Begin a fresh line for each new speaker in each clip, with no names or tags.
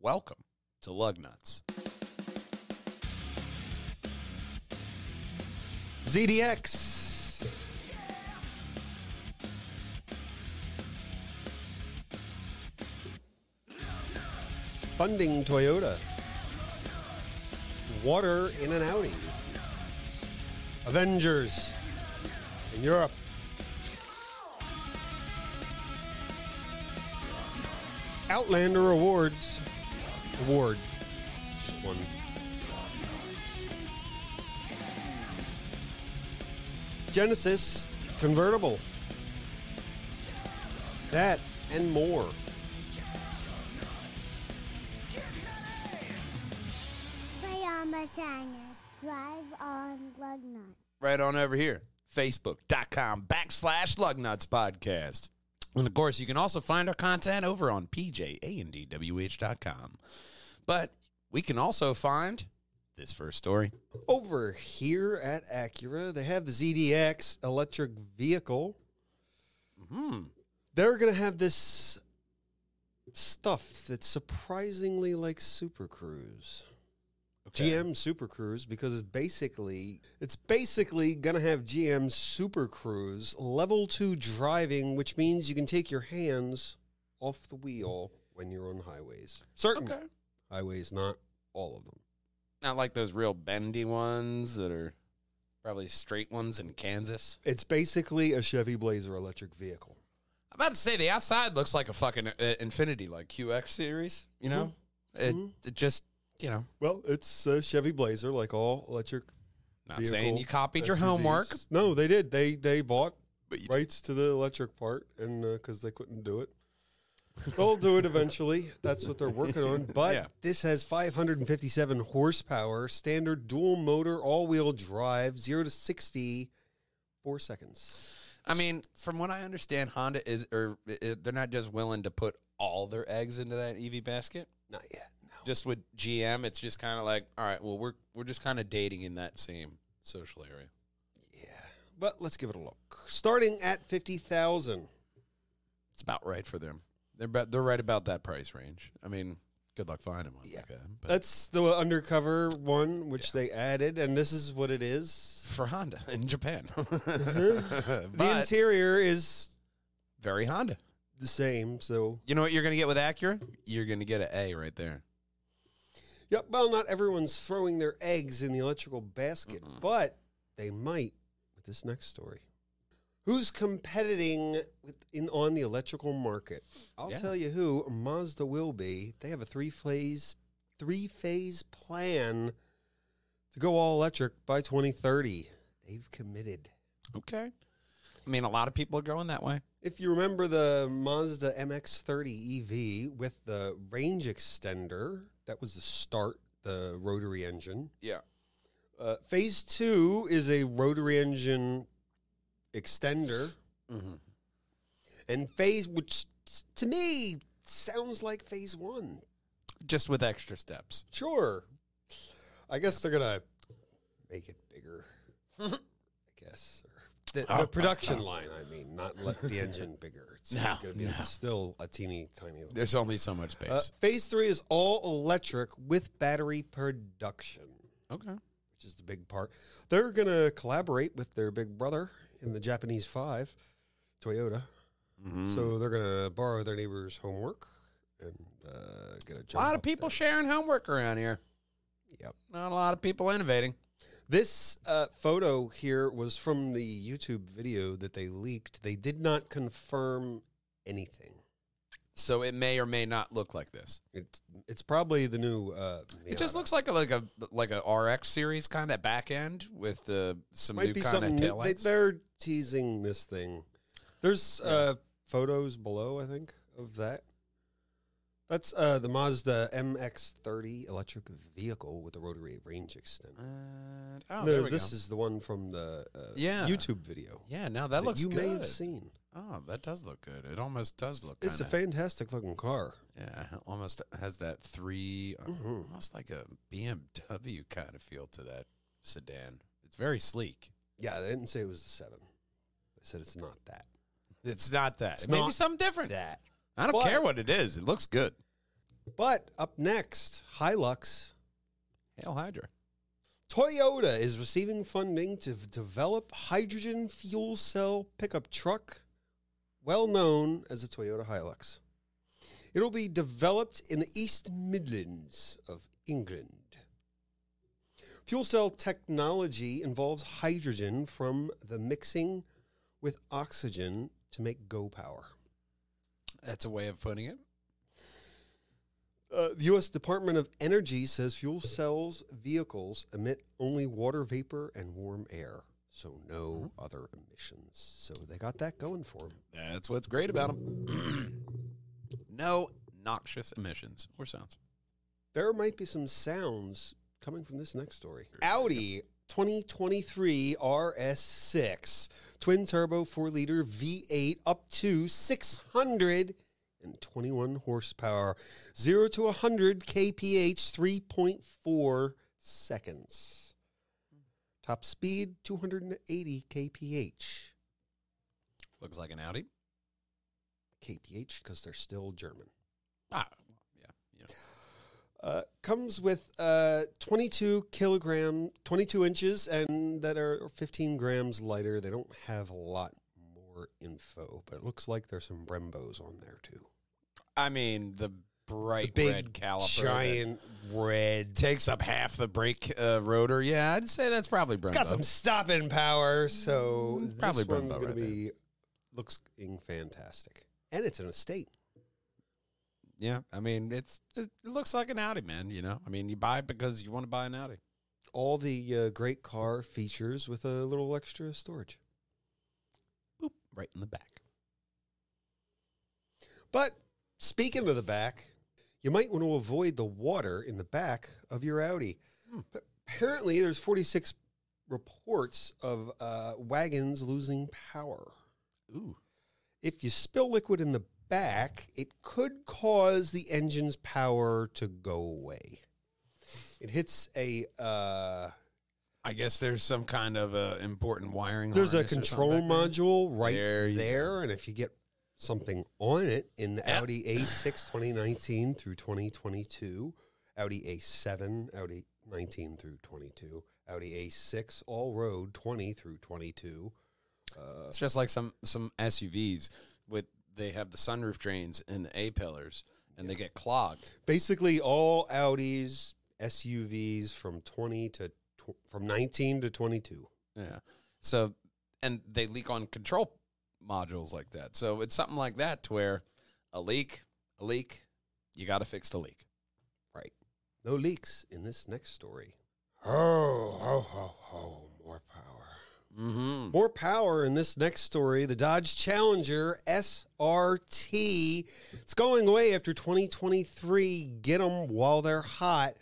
Welcome to Lug Nuts. ZDX.
Funding Toyota. Water in an Audi. Avengers in Europe. Outlander Awards. Award. Just one. Genesis convertible. That and more.
Play on Lasagna. Drive on Lugnut.
Right on over here. Facebook.com backslash Lugnuts Podcast. And of course, you can also find our content over on pjandwh.com. But we can also find this first story.
Over here at Acura, they have the ZDX electric vehicle.
Hmm.
They're going to have this stuff that's surprisingly like Super Cruise. GM Super Cruise because it's basically it's basically going to have GM Super Cruise level 2 driving, which means you can take your hands off the wheel when you're on highways. Certain
Okay.
highways, not all of them.
Not like those real bendy ones that are probably straight ones in Kansas.
It's basically a Chevy Blazer electric vehicle.
I'm about to say the outside looks like a fucking uh, Infinity, like QX series. You know, it, it just you know.
Well, it's a Chevy Blazer, like all electric.
Not
vehicle
saying you copied your
SUVs.
homework,
No, they did. They they bought
but you,
rights to the electric part, and because they couldn't do it, they'll do it eventually. That's what they're working on. But
Yeah.
this has 557 horsepower, standard dual motor, all wheel drive, zero to 60, four seconds.
I mean, from what I understand, Honda is or uh, they're not just willing to put all their eggs into that EV basket.
Not yet. No.
Just with GM, it's just kind of like, all right, well, we're we're just kind of dating in that same social area.
Yeah. But let's give it a look. Starting at 50,000.
It's about right for them. They're about, they're right about that price range. I mean, good luck finding one.
Yeah.
like that. But
That's the undercover one, which they added, and this is what it is.
for Honda in Japan,
Mm-hmm. the
but
interior is
very Honda.
the same, so
You know what you're gonna get with Acura? You're gonna get an A right there.
yep. Well, not everyone's throwing their eggs in the electrical basket, but they might with this next story. Who's competing with in on the electrical market? I'll
Yeah.
tell you who Mazda will be. They have a three phase three phase plan to go all electric by 2030. They've committed.
Okay. I mean, a lot of people are going that way.
If you remember the Mazda MX-30 EV E with the range extender, that was the start, the rotary engine.
Yeah.
Uh, phase two is a rotary engine extender,
Mm-hmm.
and phase, which to me sounds like phase one.
Just with extra steps.
Sure, I guess they're gonna make it bigger. I guess. Or the, the
Oh,
production line, I mean, not let the engine bigger. It's
No,
gonna be
no.
still a teeny tiny. little
There's only so much
Uh,
space.
phase three is all electric with battery production,
okay.
which is the big part. They're going to collaborate with their big brother in the Japanese five, Toyota.
Mm.
So they're going to borrow their neighbor's homework and uh, get a
a
job.
lot of people sharing homework around here.
Yep.
Not a lot of people innovating.
This uh, photo here was from the YouTube video that they leaked. They did not confirm anything.
So it may or may not look like this.
It's it's probably the new. Uh,
It just
Miata.
looks like a like a like a RX series kind of back end with uh, some
might
new
be
kind of
something new. They,
taillights.
they're teasing this thing. There's uh, photos below, I think, of that. That's uh, the Mazda MX-30 electric vehicle with the rotary range extender.
And- oh,
no,
there we
this
go.
is the one from the uh,
Yeah.
YouTube video
yeah, no, that looks
you
good.
may have seen.
Oh, that does look good. It almost does look.
It's a
kinda-
fantastic looking car.
Yeah, it almost has that 3 uh,
Mhm.
almost like a BMW kind of feel to that sedan. It's very sleek.
Yeah, they didn't say it was the seven. They said it's not that.
It's not that.
It's
it may be
not
something different.
That.
I don't
But-
care what it is. It looks good.
But up next, Hilux
Hail Hydra.
Toyota is receiving funding to v- develop hydrogen fuel cell pickup truck, well known as the Toyota Hilux. It'll be developed in the East Midlands of England. Fuel cell technology involves hydrogen from the mixing with oxygen to make go power.
That's a way of putting it.
Uh, the U.S. Department of Energy says fuel cells vehicles emit only water vapor and warm air, so no other emissions. So they got that going for them.
That's what's great about them. no noxious emissions or sounds.
There might be some sounds coming from this next story. Audi 2023 RS6 twin turbo 4 liter V8 up to 621 horsepower, 0 to 100 kph 3.4 seconds. Top speed 280 kph.
Looks like an Audi.
kph because they're still German.
Ah, yeah. yeah.
uh, comes with uh, 22 kilogram, 22 inches, and that are 15 grams lighter. They don't have a lot more info, but it looks like there's some Brembos on there too.
I mean, the bright red caliper. that
giant red.
Takes up half the brake uh, rotor. Yeah, I'd say that's probably Brembo.
It's got some stopping power, so
It's probably
this one's
Brembo
going
right
to
there.
be looks fantastic, and it's an estate.
Yeah, I mean, it's it looks like an Audi, man. You know, I mean, you buy it because you want to buy an Audi.
All the uh, great car features with a little extra storage.
Boop, right in the back.
But speaking of the back, you might want to avoid the water in the back of your Audi. But apparently, there's 46 reports of uh, wagons losing power.
Ooh,
If you spill liquid in the back, it could cause the engine's power to go away. It hits a uh,
I guess there's some kind of uh, important wiring.
there's a
harness or something
control
back there.
module right
There
there,
you
and if you get something on it in the
Yeah.
Audi A6 2019 through 2022, Audi A7, Audi 19 through 22, Audi A6 all road 20 through 22. Uh,
It's just like some some SUVs with they have the sunroof drains and the A pillars, and they get clogged.
basically all Audis, SUVs from 20 to tw- from 19 to 22.
Yeah. So, and they leak on control modules like that. So it's something like that to where a leak, a leak, you got to fix the leak.
Right. No leaks in this next story. Oh, oh, oh, oh, more power.
Mm-hmm.
More power in this next story. The Dodge Challenger SRT. It's going away after 2023. Get them while they're hot.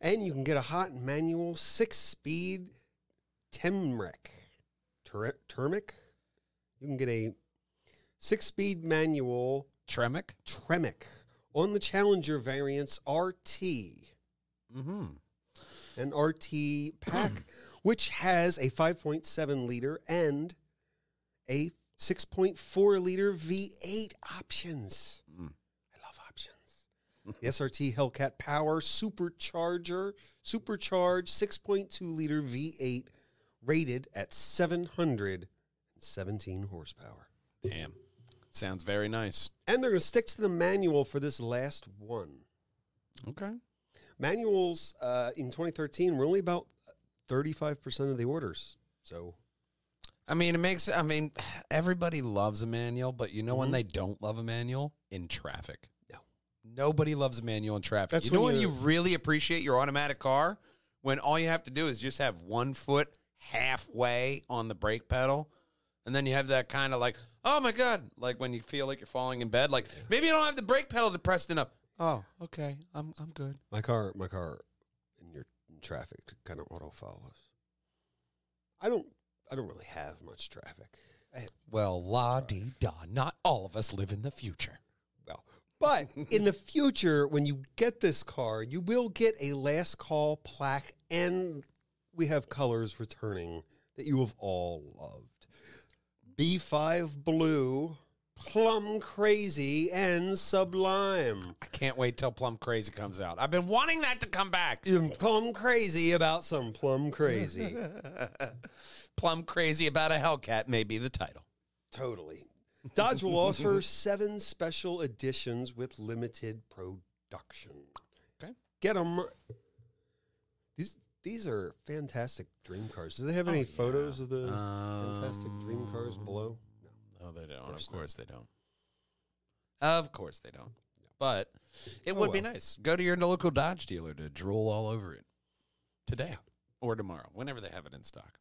And you can get a hot manual six speed Temrec. Ter- Termic? You can get a six speed manual
Tremic.
Tremic on the Challenger variants RT
Mm-hmm.
an RT pack, which has a 5.7 liter and a 6.4 liter V8 options.
Mm.
I love options. The SRT Hellcat Power Supercharger, supercharged 6.2 liter V8, rated at 717 horsepower.
Damn. Sounds very nice.
And they're going to stick to the manual for this last one.
Okay.
manuals uh, in 2013 were only about 35% of the orders. So
I mean, it makes. I mean, everybody loves a manual, but you know when they don't love a manual in traffic.
No.
nobody loves a manual in traffic.
That's
you know
when
when you
you're-
really appreciate your automatic car when all you have to do is just have one foot halfway on the brake pedal, and then you have that kind of like, oh my god, like when you feel like you're falling in bed, like maybe you don't have the brake pedal depressed enough. Oh, okay, I'm I'm good.
my car, my car, in your in traffic kind of auto follows. I don't, I don't really have much traffic. I,
Well, la di da. Not all of us live in the future.
well, but in the future, when you get this car, you will get a last call plaque, and we have colors returning that you have all loved. B5 blue, plum crazy and sublime.
I can't wait till Plum Crazy comes out. I've been wanting that to come back.
I'm plum crazy about some plum crazy.
Plum Crazy about a Hellcat may be the title.
totally. Dodge will offer seven special editions with limited production.
Okay.
Get them. These these are fantastic dream cars. Do they have any
Oh, yeah.
photos of the fantastic dream cars
Um,
below?
Oh, they don't.
Uh, course
Of
not.
course they don't. Of course they don't. But it
Oh,
would be
well.
nice. Go to your local Dodge dealer to drool all over it today or tomorrow, whenever they have it in stock.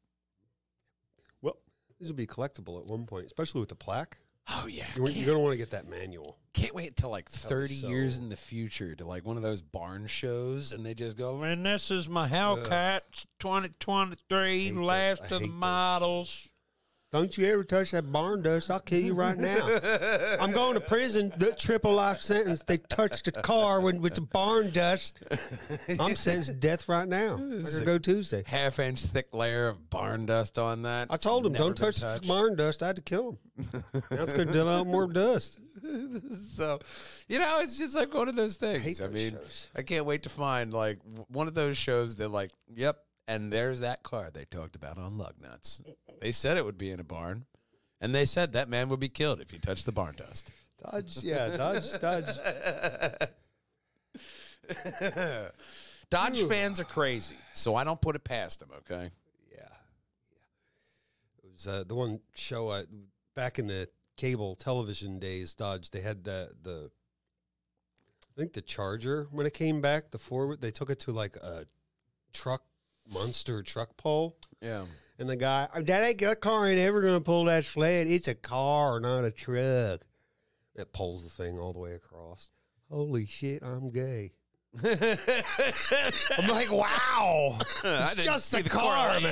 Well, these will be collectible at one point, especially with the plaque.
Oh yeah,
You're,
can't,
you're going to want to get that manual.
can't wait till like thirty
so-
years in the future to like one of those barn shows, and they just go, "And this is my Hellcat, twenty twenty three,
Hate those. I
last
hate
of the
those.
models."
Don't you ever touch that barn dust. I'll kill you right now. I'm going to prison. The triple life sentence. They touched the car when, with the barn dust. I'm sentenced to death right now. I'm going to go Tuesday.
Half inch thick layer of barn dust on that.
I told him,
It's never
don't
been
touch the
touched."
barn dust. I had to kill him. now it's going to develop more dust.
so you know it's just like one of those things i,
hate those
mean
shows.
i can't wait to find like w- one of those shows that like yep and there's that car they talked about on lug nuts they said it would be in a barn and they said that man would be killed if he touched the barn dust
Dodge, yeah, Dodge, Dodge.
dodge fans are crazy so i don't put it past them okay
Yeah, yeah. It was uh, the one show I back in the cable television days. Dodge. They had the the. I think the Charger when it came back, the forward they took it to like a truck monster truck pole,
yeah
and the guy, "Oh, that ain't that car ain't ever gonna pull that sled. It's a car, not a truck. It pulls the thing all the way across. Holy shit, I'm gay. I'm like, wow, it's
didn't
just
see
a
the
car,
correlation.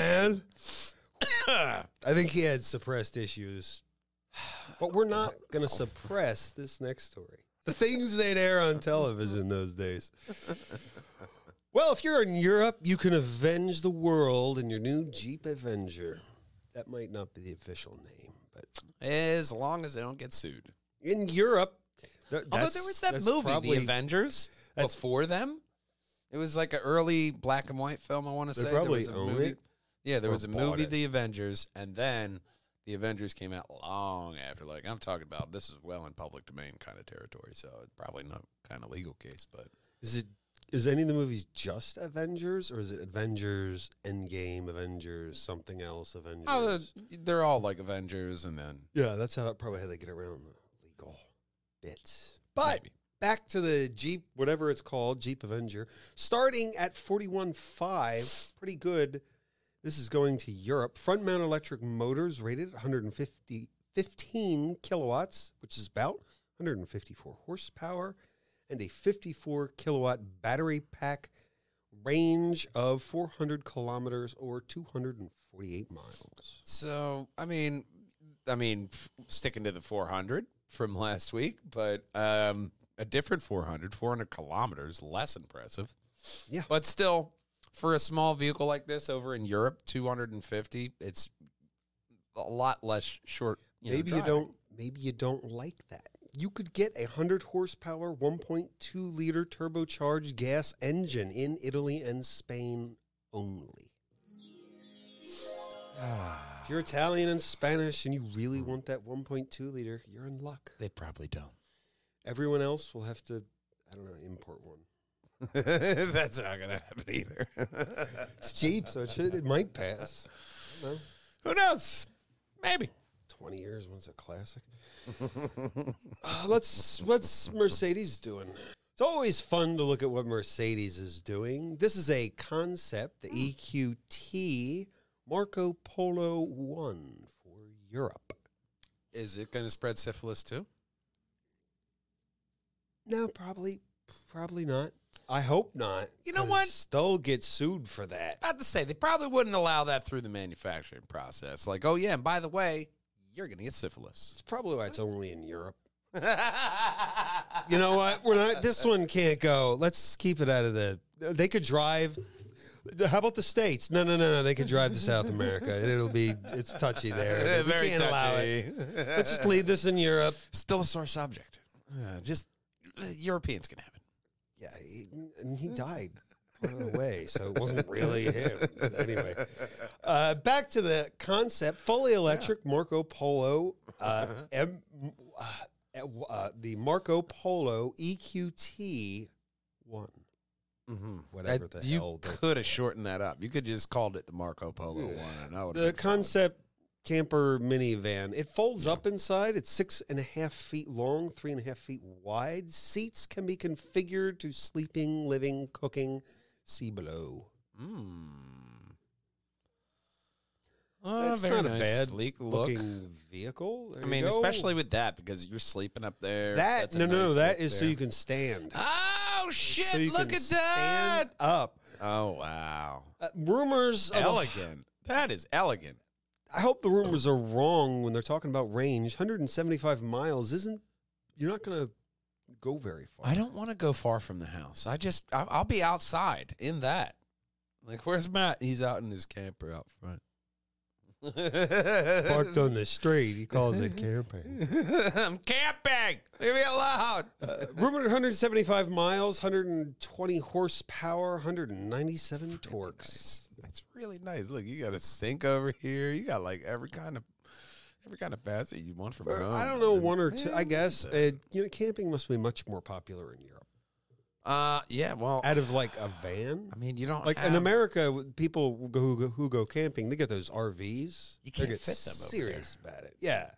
man. I think he had suppressed issues. But we're not going to suppress this next story. The things they'd air on television those days. Well, if you're in Europe, you can avenge the world in your new Jeep Avenger. That might not be the official name, but
as long as they don't get sued
in Europe, th-
Although there
that's-
was that
that's
movie,
probably-
The Avengers,
that's-
before them. It was like an early black and white film. I want to
They
say
probably
there was
own
a movie.
it
Yeah, there
or
was a
bought
movie,
it.
The Avengers, and then The Avengers came out long after. Like I'm talking about, this is well in public domain kind of territory, so it's probably not kind of legal case, but
Is it is any of the movies just Avengers, or is it Avengers Endgame, Avengers something else, Avengers?
oh, they're, they're all like Avengers, and then
Yeah, that's how probably how they get around the legal bits. But
Maybe.
back to the Jeep, whatever it's called, Jeep Avenger, starting at forty one five, pretty good. This is going to Europe. Front mount electric motors rated 150, 15 kilowatts, which is about 154 horsepower, and a 54 kilowatt battery pack range of 400 kilometers or 248 miles.
So I mean, I mean, f- sticking to the 400 from last week, but um, a different 400, 400 kilometers, less impressive.
Yeah.
but still, for a small vehicle like this over in Europe, 250, it's a lot less short. know,
maybe you
drive.
don't maybe you don't like that you could get a 100 horsepower 1.2 liter turbocharged gas engine in italy and spain only if you're italian and spanish and you really want that 1.2 liter you're in luck
They probably don't.
everyone else will have to i don't know import one
That's not going to happen either.
it's cheap so it should it might pass I don't know.
Who knows? Maybe.
20 years when's a classic Uh, let's what's mercedes doing it's always fun to look at what mercedes is doing this is a concept the eqt marco polo 1 for europe
Is it going to spread syphilis too?
no probably probably not i hope not
You know what?
'cause they'll get sued for that
about to say they probably wouldn't allow that through the manufacturing process. Like, oh yeah, and by the way, you're gonna get syphilis.
it's probably why it's only in europe
yeah,
you know what? We're not. This one can't go. Let's keep it out of the. They could drive. How about the states? No, no, no, no. They could drive to South America. It'll be it's touchy there. we
Very
can't allow it.
touchy.
Let's just leave this in Europe.
Still a sore subject. Uh, just uh, Europeans can have it.
Yeah, he, and he died on the way, so it wasn't really him. Anyway, uh, back to the concept: fully electric Marco Polo, uh, M, uh, uh, the Marco Polo EQT one.
Mm-hmm.
Whatever the
you
hell they-
could have shortened that up. You could just called it the Marco Polo
Yeah.
one, and I would.
The concept camper minivan. It folds up inside. It's six and a half feet long, three and a half feet wide. Seats can be configured to sleeping, living, cooking. See below.
Mm.
That's not a bad
Ah, sleek look.
Looking vehicle. There
I
you
mean,
go.
especially with that because you're sleeping up there.
that.
That's a
No, no, no.
nice
That
look
is so
there.
you can stand.
Oh shit!
So you
look
can
at that.
Stand up.
Oh wow!
Uh, rumors. Of a
Elegant. That is elegant.
I hope the rumors are wrong when they're talking about range. 175 miles isn't. You're not going to go very far.
I don't want to go far from the house. I just I- I'll be outside in that. Like, where's Matt? He's out in his camper out front.
parked on the street. He calls it camping.
I'm camping. Leave me alone.
Uh, Rumored 175 miles, 120 horsepower, 197 torques.
Nice. That's really nice. Look, you got a sink over here. You got like every kind of every kind of facet you want from
Or,
home.
I don't know, one or two.
Yeah,
I guess
what
uh, you know, camping must be much more popular in Europe.
Uh, yeah. Well,
Out of like a van,
I mean, you don't
like in
have-
America, w- people who go, who go- who go camping, they get those RVs.
You
They
can't
get
fit them over there.
serious about it. Yeah,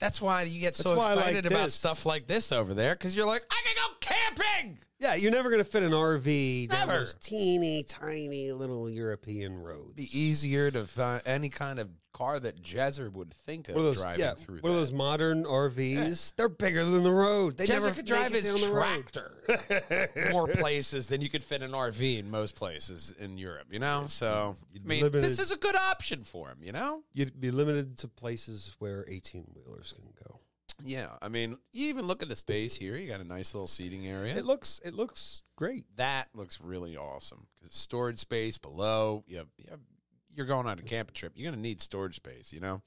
That's why you get
That's
so
why I like
excited about
this.
stuff like this over there because you're like, I can go camping.
yeah. You're never gonna fit an RV down
Never.
those teeny tiny little European roads.
be easier to find any kind of car that Jezzer would think of
One of those,
driving
yeah,
through.
one of those modern RVs. They're bigger than the road. They
Jezzer
never
could
make
drive
it
his
down the road.
tractor more places than you could fit an RV in most places in Europe. You know, so I mean,
limited.
this is a good option for him. You know,
You'd be limited to places where eighteen wheelers can go.
yeah. I mean, you even look at the space here. You got a nice little seating area.
It looks, it looks great.
that looks really awesome because storage space below. You have, you have- you're going on a camping trip. You're going to need storage space. You know.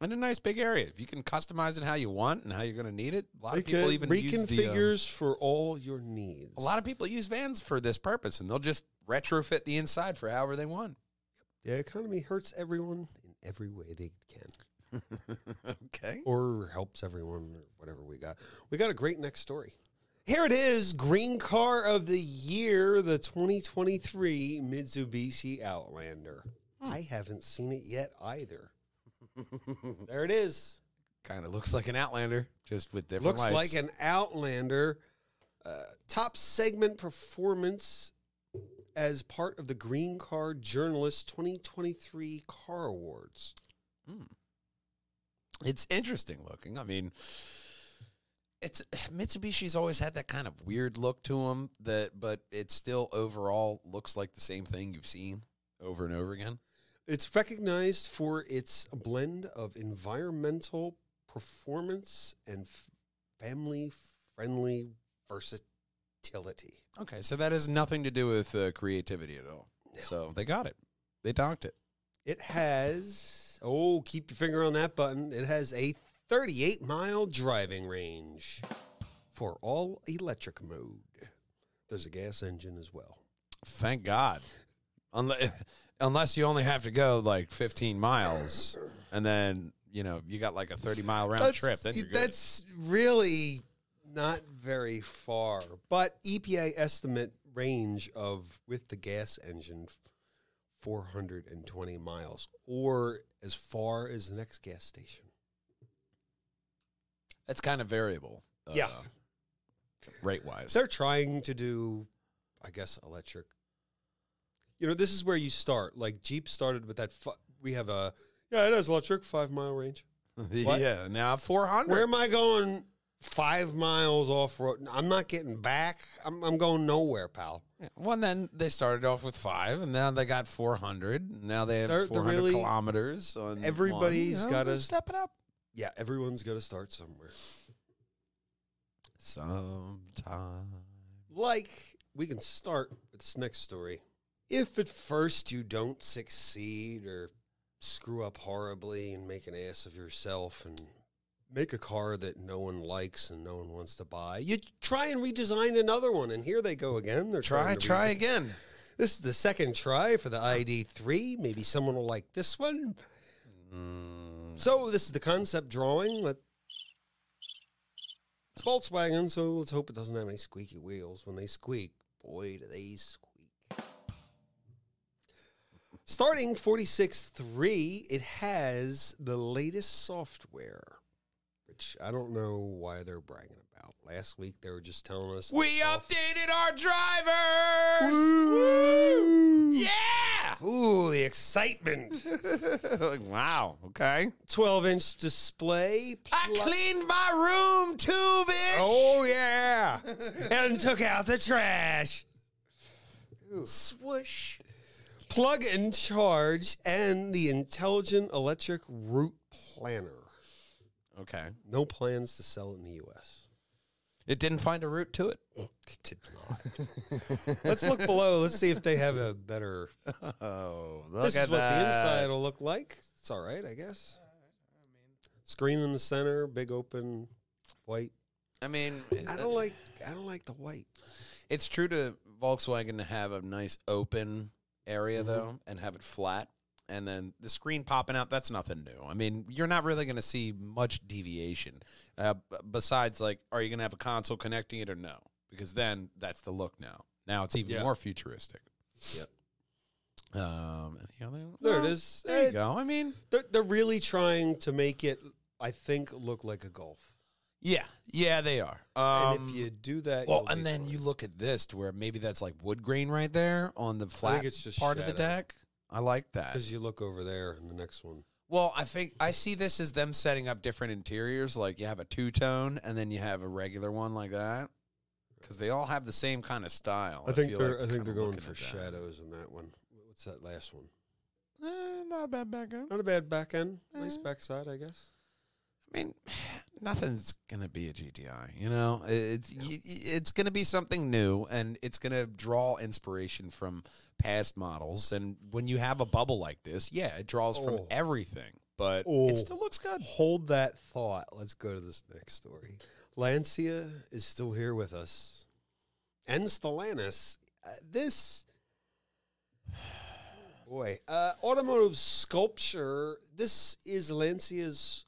And a nice big area. If you can customize it how you want and how you're going to need it, a lot of people
Reca-
even use
reconfigures
the, um,
for all your needs.
A lot of people use vans for this purpose, and they'll just retrofit the inside for however they want.
the economy hurts everyone in every way they can,
okay.
or helps everyone, or whatever we got. We got a great next story. Here it is, green car of the year, the 2023 Mitsubishi Outlander.
Hmm.
I haven't seen it yet either. there it is.
Kind of looks like an Outlander, just with different
Looks
lights.
like an Outlander. Uh, top segment performance as part of the Green Car Journalist 2023 Car Awards.
it's interesting looking. I mean, it's Mitsubishi's always had that kind of weird look to them that, but it still overall looks like the same thing you've seen over and over again.
It's recognized for its blend of environmental performance and family friendly versatility.
Okay, so that has nothing to do with uh, creativity at all. So they got it. They docked it.
It has, oh, keep your finger on that button. It has a 38 mile driving range for all electric mode. There's a gas engine as well.
Thank God. Unless, unless you only have to go like 15 miles and then, you know, you got like a 30 mile round trip. Then you're good.
that's really not very far, but EPA estimate range of with the gas engine 420 miles or as far as the next gas station.
that's kind of variable. Uh,
Yeah.
Rate wise.
They're trying to do, I guess, electric. You know, this is where you start. Like Jeep started with that. Fu- we have a yeah, it has electric five mile range. What?
yeah. Now 400.
Where am I going? Five miles off road. I'm not getting back. I'm, I'm going nowhere, pal.
Yeah. Well, and then they started off with five and now they got 400. Now they have
They're- they're
400
really-
kilometers. On
everybody's
one.
gotta-
they're stepping up.
Yeah, everyone's got to start somewhere.
Sometime.
Like we can start with this next story. if at first you don't succeed or screw up horribly and make an ass of yourself and make a car that no one likes and no one wants to buy, you try and redesign another one. And here they go again. They're
Try,
trying to
try
rede-
again.
This is the second try for the ID3. Maybe someone will like this one.
Mm.
So this is the concept drawing. Let it's Volkswagen, so let's hope it doesn't have any squeaky wheels. When they squeak, boy, do they squeak. Starting 46.3, it has the latest software, which I don't know why they're bragging about. Last week, they were just telling us.
We updated our drivers. Yeah.
Ooh, the excitement.
Like, wow. Okay.
12 inch display.
I
plus-
cleaned my room too, bitch.
Oh yeah, and took out the trash.
swoosh.
Plug and charge, and the intelligent electric route planner.
Okay.
No plans to sell it in the U.S.
It didn't find a route to it.
It did not. Let's look below. Let's see if they have a better.
Oh, look
This
at
is what
that.
the inside will look like. It's all right, I guess. Screen in the center, big open, white.
I mean,
I don't like. I don't like the white.
It's true to Volkswagen to have a nice open area
Mhm.
though, and have it flat, and then the screen popping out. That's nothing new. I mean, you're not really going to see much deviation. Uh, b- besides, like, are you going to have a console connecting it or no? Because then that's the look now. Now it's even
Yeah.
more futuristic.
Yep.
Um, any other?
There it
Well,
is.
There you
Eh,
go. I mean,
They're, they're really trying to make it, I think, look like a golf.
yeah, yeah, they are.
And
Um,
if you do that,
Well,
you'll be
and then
fine.
you look at this to where maybe that's like wood grain right there on the flat
it's just
part of the
shadow.
deck. I like that.
because you look over there in the next one.
Well, I think I see this as them setting up different interiors. Like you have a two tone and then you have a regular one like that. Because they all have the same kind of style.
I think
Oh, feel
they're
like
I think
kinda
they're going
looking
for
at that.
shadows in that one. What's that last one?
Eh, not a bad back end.
Not a bad back end, nice
Eh.
backside, I guess.
I mean, nothing's gonna be a GTI. You know, It- it's y- y- it's gonna be something new, and it's gonna draw inspiration from past models. And when you have a bubble like this, yeah, it draws from
Oh.
everything, but
Oh.
it still looks good.
Hold that thought. Let's go to this next story. Lancia is still here with us, and Stellantis. Uh, this boy, uh, automotive sculpture. This is Lancia's.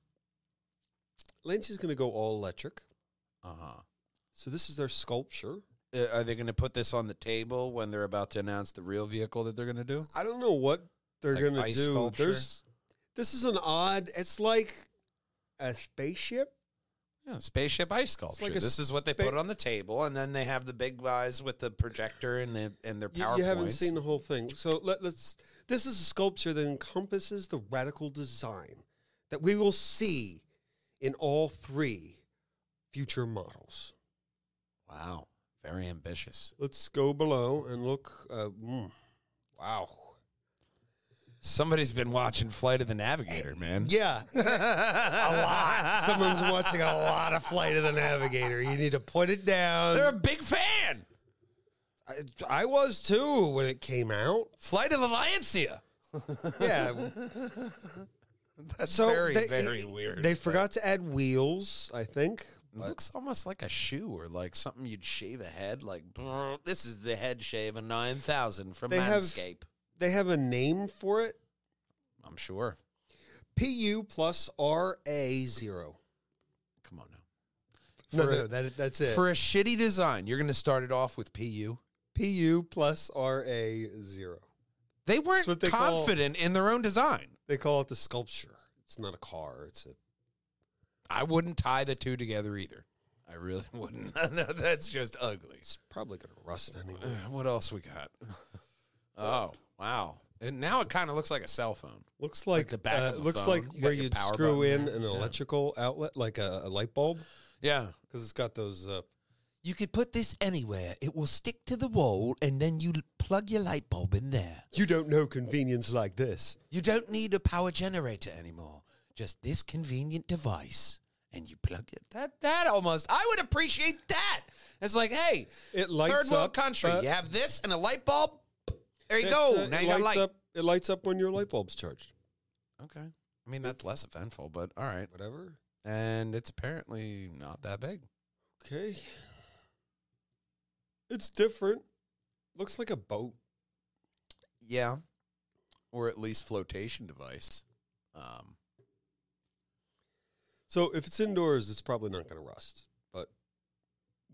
Lancia's going to go all electric.
Uh huh.
So this is their sculpture.
Uh, are they going to put this on the table when they're about to announce the real vehicle that they're going to do?
I don't know what they're
Like
gonna
ice
do.
sculpture?
There's this is an odd. It's like a spaceship.
Yeah, spaceship ice sculpture.
like a
this is what they
spa-
put on the table, and then they have the big guys with the projector and the and their
You,
PowerPoints.
you haven't seen the whole thing. So let, let's. This is a sculpture that encompasses the radical design that we will see in all three future models.
wow, very ambitious.
Let's go below and look. Uh, mm, wow.
Somebody's been watching Flight of the Navigator, man.
Yeah, a lot. Someone's watching a lot of Flight of the Navigator. You need to put it down.
They're a big fan.
I, I was too when it came out.
Flight of the Lancia.
Yeah.
That's
So
very
they,
very weird.
They forgot to add wheels, I think.
It looks almost like a shoe or like something you'd shave a head. Like "Brr, this is the head shave of nine thousand from
They have-
Manscaped.
They have a name for it.
I'm sure.
PU plus RA zero.
Come on now.
No,
For a-
no, that, that's it.
For a shitty design, you're going to start it off with PU.
PU plus RA zero.
They weren't
what they call-
confident in their own design.
They call it the sculpture. It's not a car. It's a
I wouldn't tie the two together either. I really wouldn't. no, that's just ugly.
it's probably gonna rust anyway.
Uh, What else we got? Oh, wow. And now it kind of looks like a cell phone.
Looks like,
the back
uh,
of a
looks
phone.
like
You got
where
your
you'd
power
screw in
button there.
an
Yeah.
electrical outlet, like a, a light bulb,
Yeah.
because it's got those uh,
You could put this anywhere. It will stick to the wall, and then you l- plug your light bulb in there.
you don't know convenience like this.
You don't need a power generator anymore. Just this convenient device, and you plug it. That that almost. I would appreciate that. It's like, hey,
It lights
third world
up,
country.
uh,
you have this and a light bulb. There you
It,
go.
uh,
now
it
you got
lights
light.
up. It lights up when your light bulb's charged.
Okay. I mean, that's less eventful, but all right.
Whatever.
And it's apparently not that big.
Okay. It's different. Looks like a boat.
Yeah. Or at least flotation device. Um,
So if it's indoors, it's probably not going to rust. But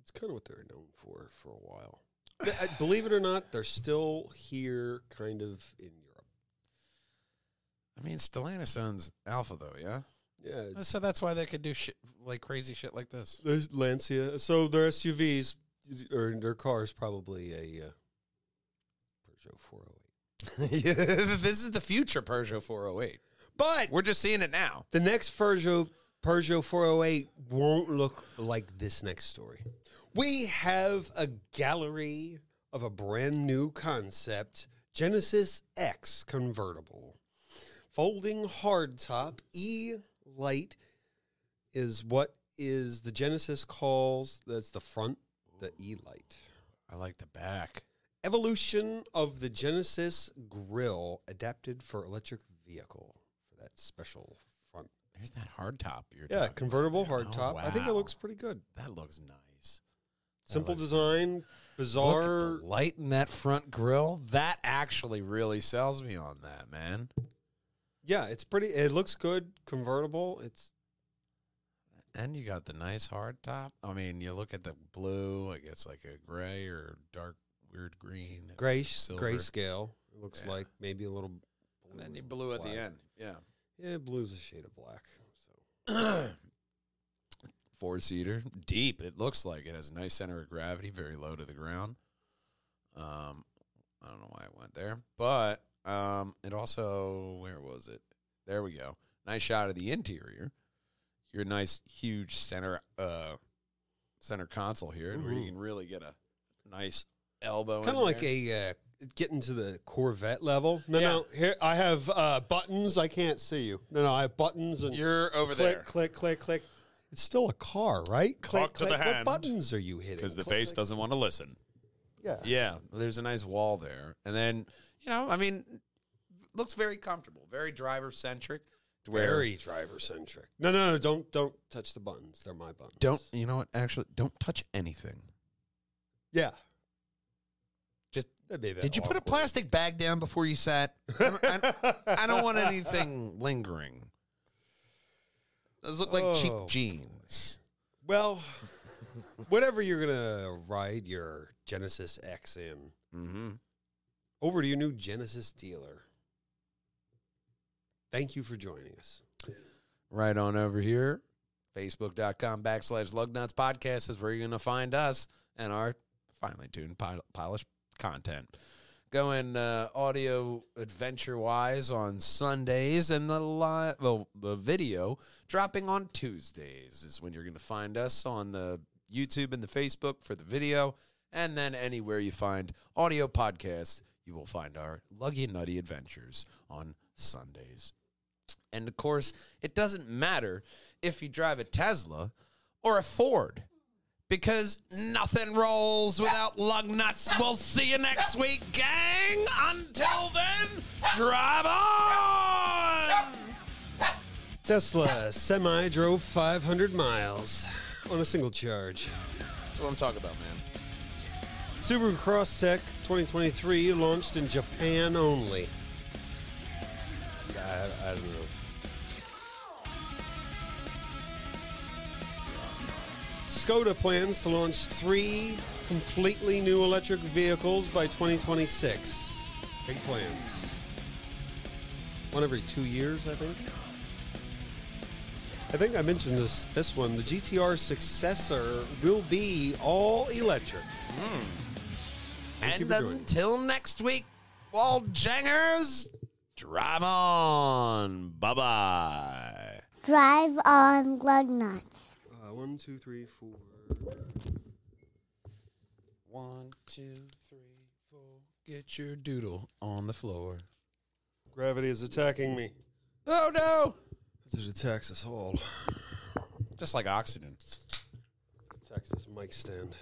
it's kind of what they're known for for a while. Th- uh, Believe it or not, they're still here, kind of in Europe.
I mean, Stellantis owns Alpha, though, yeah?
Yeah, it's-
Uh, So that's why they could do shit, like crazy shit like this.
There's Lancia. So their SUVs or their cars probably a uh, Peugeot 408.
this is the future Peugeot 408.
But
We're just seeing it now.
the next Peugeot Peugeot 408 won't look like this next story. We have a gallery of a brand new concept, Genesis X convertible. Folding hardtop E light is what is the Genesis calls that's the front, the E light.
I like the back.
Evolution of the Genesis grill adapted for electric vehicle for that special front.
There's that hardtop. You're
Yeah,
talking
convertible
about. Oh,
hardtop. I think it
wow.
looks pretty good.
That looks nice.
Simple
looks-
design,
Look at
bizarre.
the light in that front grill. That actually really sells me on that, man.
Yeah, it's pretty. It looks good. Convertible. It's
And you got the nice hard top. I mean, you look at the blue, like it's like a gray or dark, weird green.
gray
Silver.
grayscale. It looks
Yeah.
like maybe a little.
And then you blew at the
black.
end. Yeah.
Yeah, blue's a shade of black. So
Four seater, deep. It looks like it has a nice center of gravity, very low to the ground. Um, I don't know why it went there, but um, it also where was it? There we go. Nice shot of the interior. Your nice huge center uh center console here, where you
Ooh.
can really get a nice elbow.
kind of
in
Mm-hmm. like
there.
a uh, getting to the Corvette level. No,
Yeah.
no. Here I have uh, buttons. I can't see you. No, no. I have buttons and
You're over
click,
there
click, click, click. It's still a car, right? Click,
Talk to the
click.
hand.
What buttons are you hitting?
because the
Click,
face
click.
doesn't want to listen.
Yeah.
Yeah, there's a nice wall there, and then you know, I mean, looks very comfortable, very driver centric.
Very driver centric. No, no, no. Don't don't touch the buttons. They're my buttons.
don't you know what? Actually, don't touch anything.
Yeah.
Just
That'd be a bit
did you put a
awkward.
plastic bag down before you sat? I, I- I don't want anything lingering. Those look like
Oh.
cheap jeans.
Well, whatever you're gonna ride your Genesis X in,
Mm-hmm.
over to your new Genesis dealer. Thank you for joining us.
right on over here. Facebook.com backslash lugnuts podcast is where you're going to find us and our finely tuned, pol- polished content. Going uh, audio adventure wise on Sundays and the live, well, the video dropping on Tuesdays is when you're going to find us on the YouTube and the Facebook for the video. And then anywhere you find audio podcasts, you will find our Luggy and Nutty Adventures on Sundays. And of course, it doesn't matter if you drive a Tesla or a Ford because nothing rolls without lug nuts. We'll see you next week, gang. Until then, drive on.
Tesla semi drove 500 miles on a single charge.
That's what I'm talking about, man.
Subaru Crosstech 2023 launched in Japan only. I, I don't know. Skoda plans to launch three completely new electric vehicles by 2026. Big plans. One every two years, I think. I think I mentioned this this one. The GTR successor will be all electric. Thank you
and
for joining.
until next week, wall jangers, drive on. Bye bye.
Drive on lug nuts.
Uh, one, two, three, four.
One, two, three, four. Get your doodle on the floor.
Gravity is attacking me.
Oh no!
It attacks us all.
Just like oxygen.
Attacks this mic stand.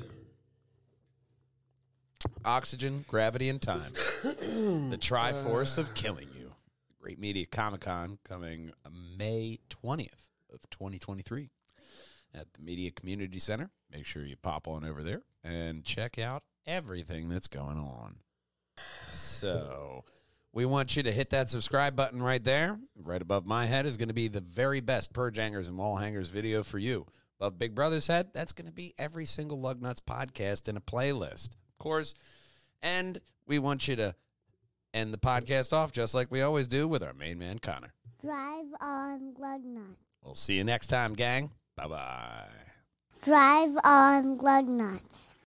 oxygen, gravity, and time. the Triforce of Killing You. Great Media Comic Con coming uh, May 20th of 2023 at the Media Community Center. Make sure you pop on over there and check out everything that's going on. So we want you to hit that subscribe button right there. Right above my head is going to be the very best purge hangers and wall hangers video for you. Above Big Brother's head, that's going to be every single Lug Nuts podcast in a playlist, of course. And we want you to end the podcast off just like we always do with our main man, Connor.
Drive on glug nuts.
We'll see you next time, gang. Bye bye.
Drive on glug nuts.